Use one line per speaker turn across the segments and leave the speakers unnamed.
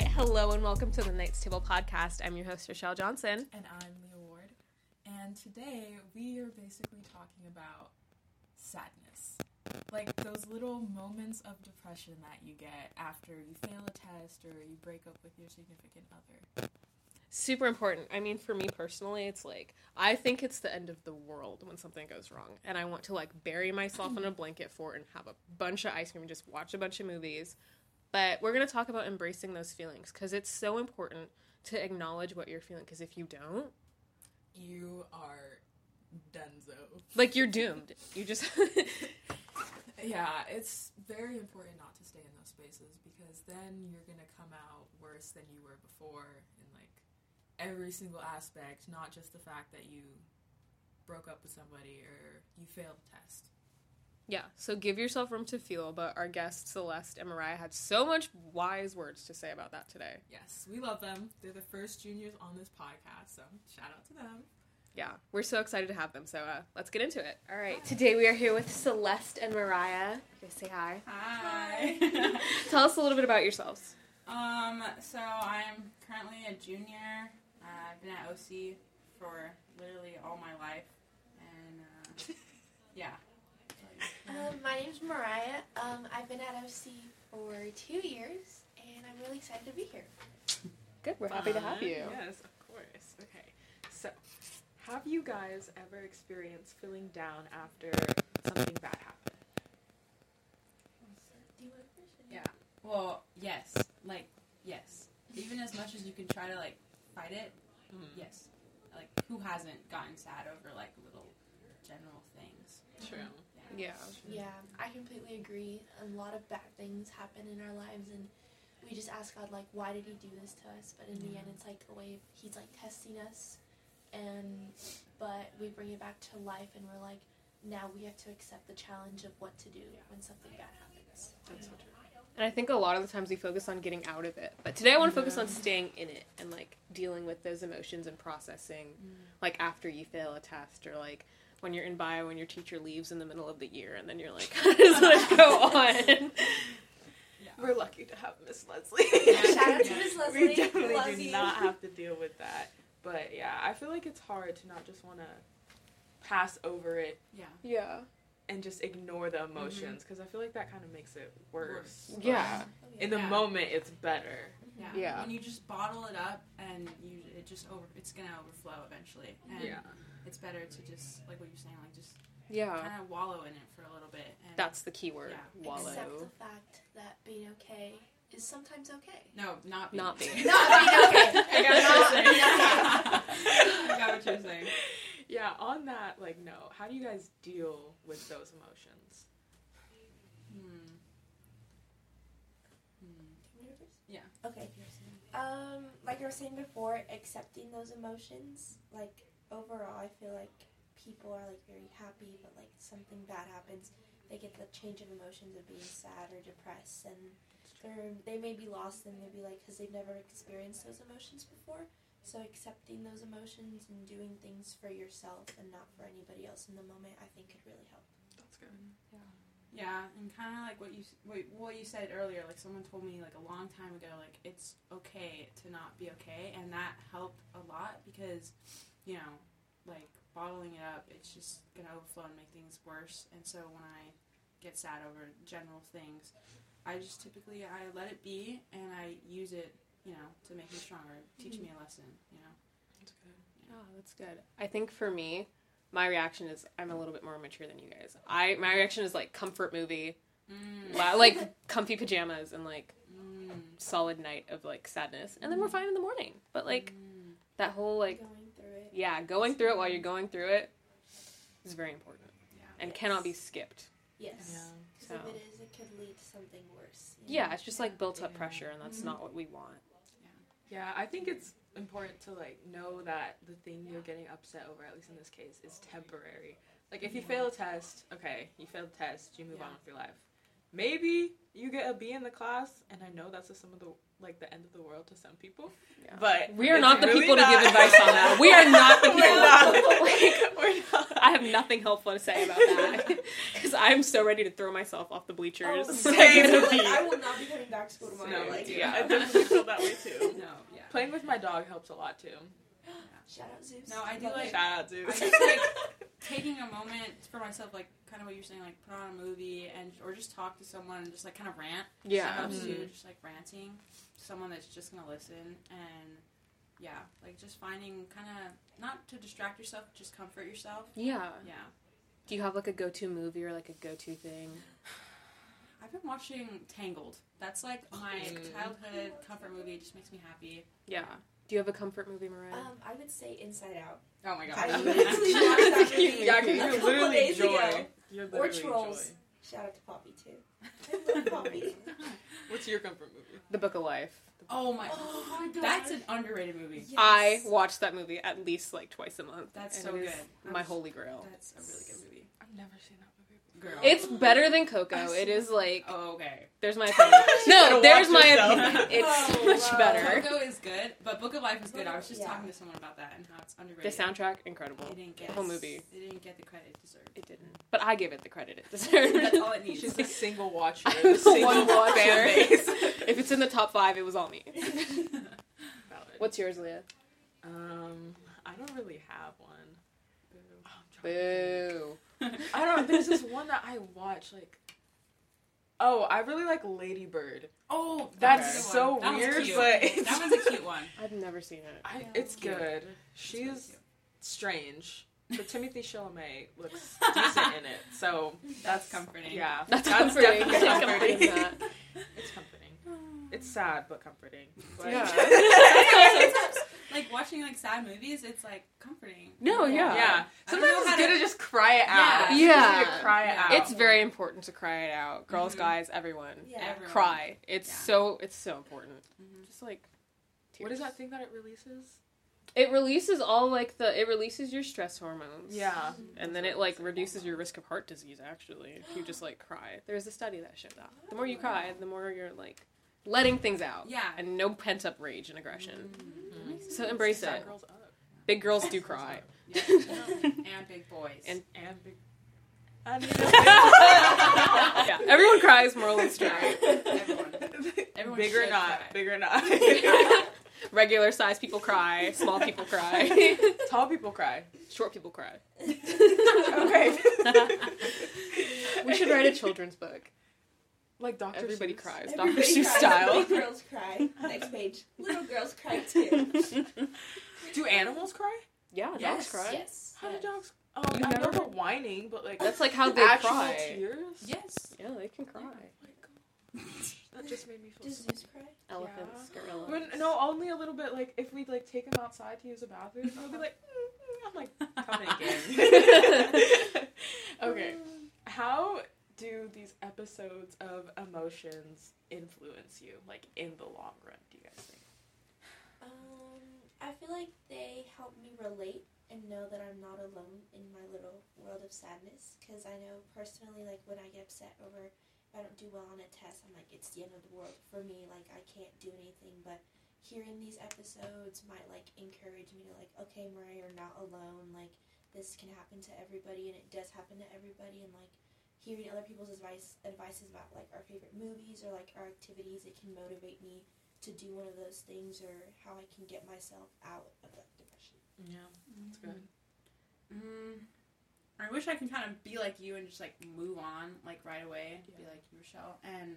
and welcome to the Knights Table podcast. I'm your host, Rochelle Johnson.
And I'm Leah Ward. And today we are basically talking about sadness. Like those little moments of depression that you get after you fail a test or you break up with your significant other.
Super important. I mean, for me personally, it's like I think it's the end of the world when something goes wrong, and I want to like bury myself in a blanket fort and have a bunch of ice cream and just watch a bunch of movies. But we're going to talk about embracing those feelings because it's so important to acknowledge what you're feeling. Because if you don't,
You are dunzo.
like you're doomed. You just
Yeah, it's very important not to stay in those spaces because then you're gonna come out worse than you were before in like every single aspect, not just the fact that you broke up with somebody or you failed a test.
yeah. So give yourself room to feel. But our guests Celeste and Mariah had so much wise words to say about that today.
Yes, we love them. They're the first juniors on this podcast, so shout out to them.
Yeah, we're so excited to have them. So uh, let's get into it. All right. Today we are here with Celeste and Mariah. You guys say hi.
Hi.
Tell us a little bit about yourselves.
um, so I'm currently a junior. Uh, I've been at OC for literally all my life, and uh, yeah.
Um, my name's Mariah. Um, I've been at OC for two years, and I'm really excited to be here.
Good. We're happy to have you.
Yes, of course. Okay. So, have you guys ever experienced feeling down after something bad happened?
Do you want to finish it?
Yeah. Well, yes. Like yes. Even as much as you can try to like fight it, yes. Like who hasn't gotten sad over like little general things?
True.
Yeah.
Yeah.
Yeah, I completely agree. A lot of bad things happen in our lives, and we just ask God, like, why did He do this to us? But in the
Mm-hmm.
end, it's like a way of, He's like testing us, and but we bring it back to life, and we're like, now we have to accept the challenge of what to do when something bad happens.
That's so true.
And I think a lot of the times we focus on getting out of it, but today I want to focus on staying in it and like dealing with those emotions and processing, like after you fail a test or like when you're in bio and your teacher leaves in the middle of the year and then you're like, how does life go on?
We're lucky to have Miss Leslie.
Shout out to Miss Leslie.
We definitely
Love
do
you.
not have to deal with that. But yeah, I feel like it's hard to not just want to pass over it
Yeah.
yeah.
and just ignore the emotions because I feel like that kind of makes it worse.
Mm-hmm. Worse.
But
Yeah.
In the
Yeah.
moment, it's better.
Yeah.
Yeah.
When you just bottle it up and you it just over it's gonna overflow eventually. And
Yeah.
it's better to just like what you're saying, like just
Yeah.
kind of wallow in it for a little bit. And
That's the key word.
Yeah.
Wallow.
Accept the fact that being okay is sometimes okay.
no, not be.
Not be.
Not being okay.
I got what you're saying.
Not
I got what you're saying.
Yeah, on that like no, how do you guys deal with those emotions?
Hmm. Hmm. Yeah.
Okay. Um, like I was saying before, accepting those emotions. Like overall, I feel like people are like very happy, but like something bad happens, they get the change of emotions of being sad or depressed, and they're they may be lost and they'll be like because they've never experienced those emotions before. So accepting those emotions and doing things for yourself and not for anybody else in the moment, I think could really help.
That's good.
Yeah, and kind of like what you s- what, what you said earlier. Like someone told me like a long time ago, like it's okay to not be okay, and that helped a lot because, you know, like bottling it up, it's just gonna overflow and make things worse. And so when I get sad over general things, I just typically I let it be and I use it, you know, to make me stronger, teach me a lesson, you know.
That's good.
Yeah, Oh, that's good. I think for me, my reaction is I'm a little bit more mature than you guys. I my reaction is like comfort movie,
Mm.
la- like comfy pajamas and like solid night of like sadness, and then we're fine in the morning. But like
Mm.
that whole like
Going through it.
yeah, going through it while you're going through it is very important
Yeah.
and
Yes.
cannot be skipped.
Yes. Because
So.
if it is, it could lead to something worse. you know?
Yeah, it's just like built up
Yeah.
pressure, and that's not what we want.
Yeah, I think it's important to like know that the thing you're getting upset over, at least in this case, is temporary. Like
Mm-hmm.
if you fail a test, okay, you failed a test, you move on
Yeah.
with your life. Maybe you get a B in the class, and I know that's the, some of the like the end of the world to some people.
Yeah.
But
We are
it's
not the
really
people to
not.
give advice on that. We are not the people.
We're not. We're not.
I have nothing helpful to say about that because I'm so ready to throw myself off the bleachers.
Oh,
Like,
same.
it'll
Like,
be-
I will not be coming back to school tomorrow.
Same,
like,
yeah.
I definitely feel that way too.
No, yeah.
Playing with my dog helps a lot too.
Shout out Zeus.
No, I do
Love
like-
Shout out to.
I just like taking a moment for myself, like kind of what you're saying, like put on a movie and or just talk to someone and just like kind of rant.
Yeah. Mm. Mm-hmm.
Helps
Mhm.
you, just like ranting, someone that's just gonna listen and yeah, like just finding kind of not to distract yourself, just comfort yourself.
Yeah.
Yeah,
Do you have like a go-to movie or like a go-to thing?
I've been watching Tangled. That's like my
Mm.
childhood comfort movie. It just makes me happy.
Yeah. Do you have a comfort movie, Mariah?
Um, I would say Inside Out.
Oh my
I
god.
literally watched that movie
yeah, because
a
you're
couple
literally
days
joy.
ago.
You're
Or
literally
Trolls.
joy.
Shout out to Poppy too. I love Poppy.
What's your comfort movie?
the Book of Life.
oh my.
Oh my god.
That's an underrated movie.
Yes.
I watch that movie at least like twice a month.
That's
and
so
it is
good.
My
I'm-
holy grail.
That's a really good movie.
I've never seen that movie.
Girl.
It's better than
I've
Coco.
seen
It is like
Oh, okay.
there's my opinion. no,
gotta
there's
watch
my
yourself.
opinion. It's
Oh,
much
wow.
better.
Coco is good, but Book of Life is good. I was just
Yeah.
talking to someone about that and how it's
The
underrated.
soundtrack incredible.
It didn't get
The whole movie.
It didn't get the credit it deserved.
It didn't, but I give it the credit it deserved.
That's all it needs.
She's a single watcher.
I'm the
single
one watcher.
fan base.
if it's in the top five, it was all me.
Valid.
What's yours, Leah?
Um, I don't really have one. Oh, I'm trying to
Boo.
think. I don't. There's this one that I watch like. Oh, I really like Lady Bird.
oh,
That's
okay.
so
That one's
weird,
cute.
but it's,
that one's a cute one.
I've never seen it.
I,
Yeah.
it's
Cute.
good.
It's really
She's
cute.
strange, but Timothy Chalamet looks decent in it. So
That's comforting.
yeah,
That's,
that's
comforting.
definitely
That's
comforting.
comforting. That.
It's comforting. It's sad but comforting. But
Yeah.
Like watching like sad movies, it's like comforting.
No, yeah.
Yeah.
I don't
Sometimes
know
it's
how
good
to-
to just cry it out.
Yeah.
It's easier
Yeah.
To cry it
Yeah.
out.
It's very important to cry it out. Girls,
Mhm.
guys, everyone.
Yeah.
Everyone.
Cry. It's
Yeah.
so it's so important.
Mhm.
Just like tears.
What is that thing that it releases?
It releases all like the it releases your stress hormones.
Yeah.
And then it like reduces your risk of heart disease actually if you just like cry. There's a study that showed that. The more you cry, the more you're like letting things out.
Yeah. Mm-hmm.
And no pent up rage and aggression.
Mhm.
So embrace
Fat
it.
girls up.
Big girls do cry.
Mm-hmm. Yeah. and big boys.
And-
And big. I need a
yeah. Everyone cries, moral of the story.
everyone.
big-
Everyone
big or
should
not,
cry.
big or not.
Regular size people cry, small people cry,
Tall people cry.
short people cry.
Okay.
We should write a children's book.
like Doctor.
Everybody cries. Dr.
Everybody
Seuss
cries.
style.
Big girls cry. Next page. Little girls cry too.
Do animals cry?
Yeah, dogs
Yes.
cry.
Yes.
How do
yes.
dogs? Oh,
You
I know
never-
the whining, but like
That's like how they
actual
cry.
tears.
yes.
Yeah, they can cry.
Oh my God. That just made me feel.
Does
Just,
Zeus cry?
Elephants, gorillas.
when, no, only a little bit. Like if we'd like take him outside to use the bathroom, I would be like, "Mm, mm," I'm like coming again. okay, how do these episodes of emotions influence you? Like in the long run, do you guys think?
Um, I feel like they help me relate and know that I'm not alone in my little world of sadness. Because I know personally, like when I get upset over if I don't do well on a test, I'm like, it's the end of the world for me. Like I can't do anything. But hearing these episodes might like encourage me to like, okay, Mariah, you're not alone. Like this can happen to everybody, and it does happen to everybody. And like hearing other people's advice advices about like our favorite movies or like our activities, it can motivate me to do one of those things or how I can get myself out of that depression.
Yeah, that's good.
Mm, I wish I can kind of be like you and just like move on like right away, be like you, Rochelle. And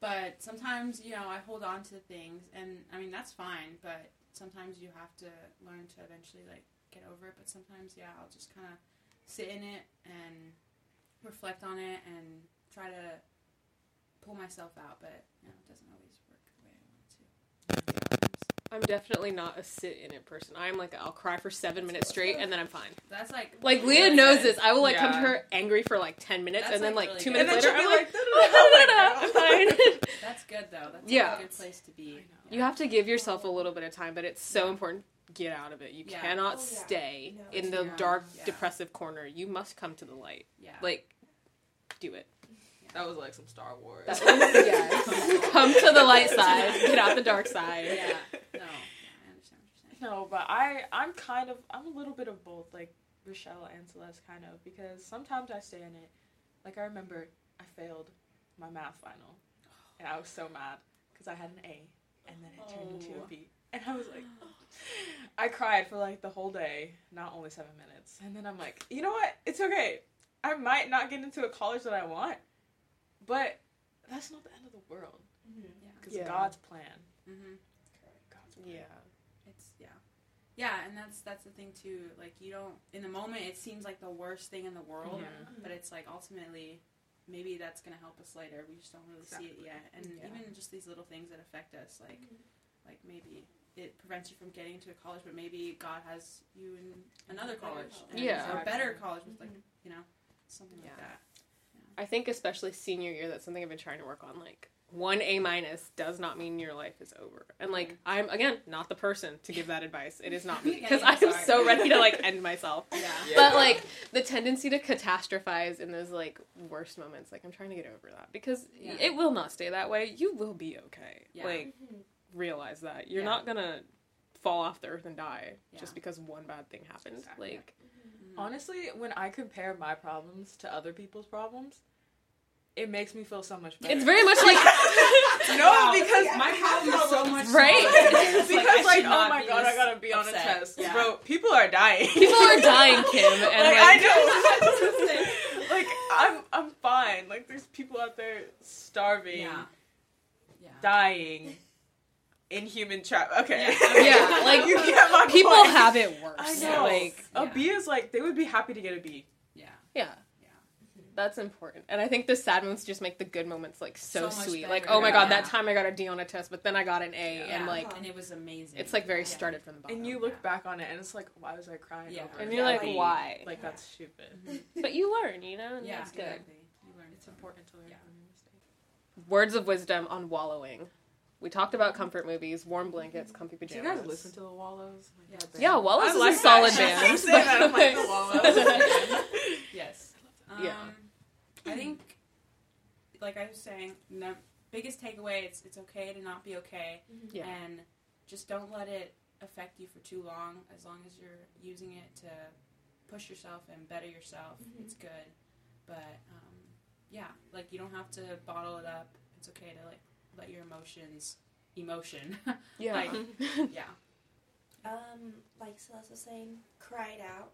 but sometimes you know I hold on to things, and I mean that's fine. But sometimes you have to learn to eventually like get over it. But sometimes yeah, I'll just kind of sit in it and reflect on it and try to pull myself out. But you know it doesn't always work the way I want it to.
I'm definitely not a sit in it person. I'm like I'll cry for seven minutes straight and then I'm fine.
That's like
Like
really
Leah knows
good.
this. I will like come to
Yeah.
her angry for like ten minutes
That's,
and then
like,
like
really
two
good.
minutes
And
later I'm
she'll be
like,
"Da-da-da-da-da-da."
"Oh, no, no, no, I'm fine.
That's good though. That's
Yeah.
a good place to be.
I know.
You have to give yourself a little bit of time, but it's so important. Get out of it. You
Yeah.
cannot
Oh, yeah.
stay
No,
in the
yeah.
dark,
Yeah.
depressive corner. You must come to the light.
Yeah.
Like, do it.
That was like some Star Wars.
That was- yes. Come to the light side. Get out the dark side.
Yeah. No, yeah, I understand what you're saying.
No, but I I'm kind of I'm a little bit of both. Like Rochelle and Celeste kind of because sometimes I stay in it. Like I remember I failed my math final, and I was so mad because I had an A, and then it turned into a
Oh.
B, and I was like, I cried for like the whole day, not only seven minutes, and then I'm like, you know what? It's okay. I might not get into a college that I want, but that's not the end of the world
Mm-hmm.
because
Yeah.
God's plan.
Mm-hmm.
God's plan.
Yeah.
It's yeah. Yeah, and that's that's the thing too. Like you don't in the moment it seems like the worst thing in the world,
Mm-hmm.
Mhm.
but it's like ultimately maybe that's going to help us later. We just don't really see it
Exactly.
yet. And
Yeah. Mm-hmm.
even just these little things that affect us like like maybe it prevents you from getting into a college, but maybe God has you in another college.
college.
and
Yeah.
A better college with like,
Mhm.
you know, something like
Yeah.
that.
I think especially senior year, that's something I've been trying to work on. Like one A minus does not mean your life is over. And like I'm again not the person to give that advice. It is not me
Mm-hmm. Yeah,
because
yeah,
I am
sorry.
so ready to like end myself.
Yeah.
But like the tendency to catastrophize in those like worst moments, like I'm trying to get over that because
Yeah.
it will not stay that way. You will be okay.
Yeah.
Like realize that you're
Yeah.
not gonna fall off the earth and die
Yeah.
just because one bad thing happened.
Exactly.
Like Mm.
Honestly, when I compare my problems to other people's problems, it makes me feel so much better.
it's very much like
no, because
Yeah.
my problem is so much
Right?
because like, oh my god, I gotta be on a
upset.
test,
Yeah.
bro. People are dying.
people are dying, Kim, and
like,
like
I know. like I'm, I'm fine. Like there's people out there starving,
Yeah. Yeah.
dying, in human trap. Okay,
Yeah. Yeah, like,
you get my
people
point.
have it worse.
I
Yeah.
know.
Like,
a
Yeah.
B is like they would be happy to get a B.
Yeah.
yeah.
Yeah.
That's important. And I think the sad moments just make the good moments like so,
So much
sweet.
better.
Like, oh my god,
Yeah.
that time I got a D on a test, but then I got an A and
Yeah.
like
And it was amazing.
it's like very
Yeah.
started from the bottom.
And you look back on it and it's like, why was I crying?
Yeah.
Over
and
a
you're like,
B?
why?
Like that's stupid.
But you learn, you know, and
Yeah,
that's good.
exactly. You learned it's important.
to
learn
from your mistakes.
Words of wisdom on wallowing. We talked about comfort movies, warm blankets, comfy
Do
pajamas.
you guys listen to the Wallows? Like,
Yeah.
that band?
Yeah, Wallows
I
is
like
a
that.
solid
I
band.
say that, I'm like, the
but-
Yes. Um,
Yeah.
I think, like I was saying, the biggest takeaway it's it's okay to not be okay,
Yeah.
and just don't let it affect you for too long. As long as you're using it to push yourself and better yourself,
Mhm.
it's good. But um, yeah, like you don't have to bottle it up. It's okay to like let your emotions emotion.
yeah.
yeah.
Um, like Celeste was saying, cry it out.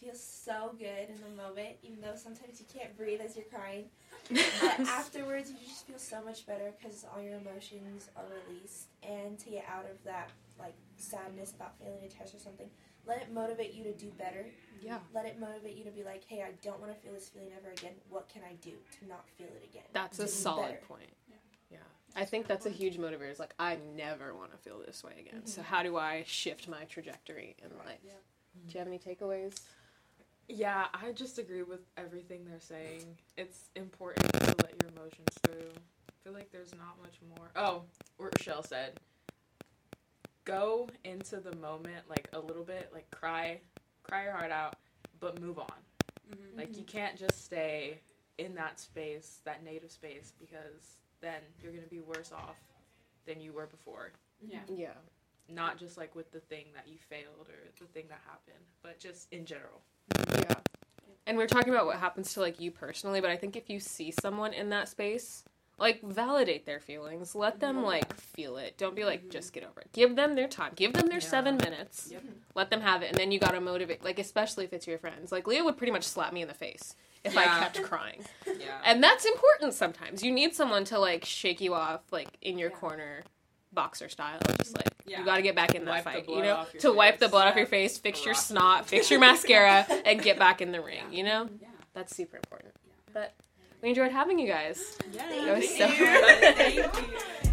Feels so good in the moment, even though sometimes you can't breathe as you're crying. But afterwards, you just feel so much better because all your emotions are released. And to get out of that, like, sadness about failing a test or something, let it motivate you to do better.
yeah.
Let it motivate you to be like, hey, I don't want to feel this feeling ever again. What can I do to not feel it again?
That's a
Just be
solid
better.
point.
Yeah.
Yeah. I think that's a huge motivator. Is like I never want to feel this way again. So how do I shift my trajectory in life?
Yeah.
Do you have any takeaways?
Yeah, I just agree with everything they're saying. It's important to let your emotions through. I feel like there's not much more. Oh, what Rochelle said. Go into the moment like a little bit, like cry, cry your heart out, but move on.
Mhm.
Like you can't just stay in that space, that native space, because then you're gonna be worse off than you were before.
Yeah.
Yeah.
Not just like with the thing that you failed or the thing that happened, but just in general.
Yeah. And we we're talking about what happens to like you personally, but I think if you see someone in that space, like validate their feelings. Let them
Mm-hmm.
like feel it. Don't be like
Mhm.
just get over it. Give them their time. Give them their
Yeah.
7 minutes.
Yep.
Let them have it and then you got to motivate like especially if it's your friends. Like Leah would pretty much slap me in the face if I
Yeah.
kept crying.
Yeah.
And that's important sometimes. You need someone to like shake you off, like in your
Yeah.
corner, boxer style. Just like
Yeah.
you got to get back in that
Wipe the
fight,
blood
you know,
off
to
your
wipe
face.
the blood off
Yeah.
your face, fix your
Rock.
snot, fix your mascara, and get back in the ring.
Yeah.
You know,
Yeah.
that's super important.
Yeah.
But we enjoyed having you guys.
Yeah.
That was so.
Thank you. Thank you.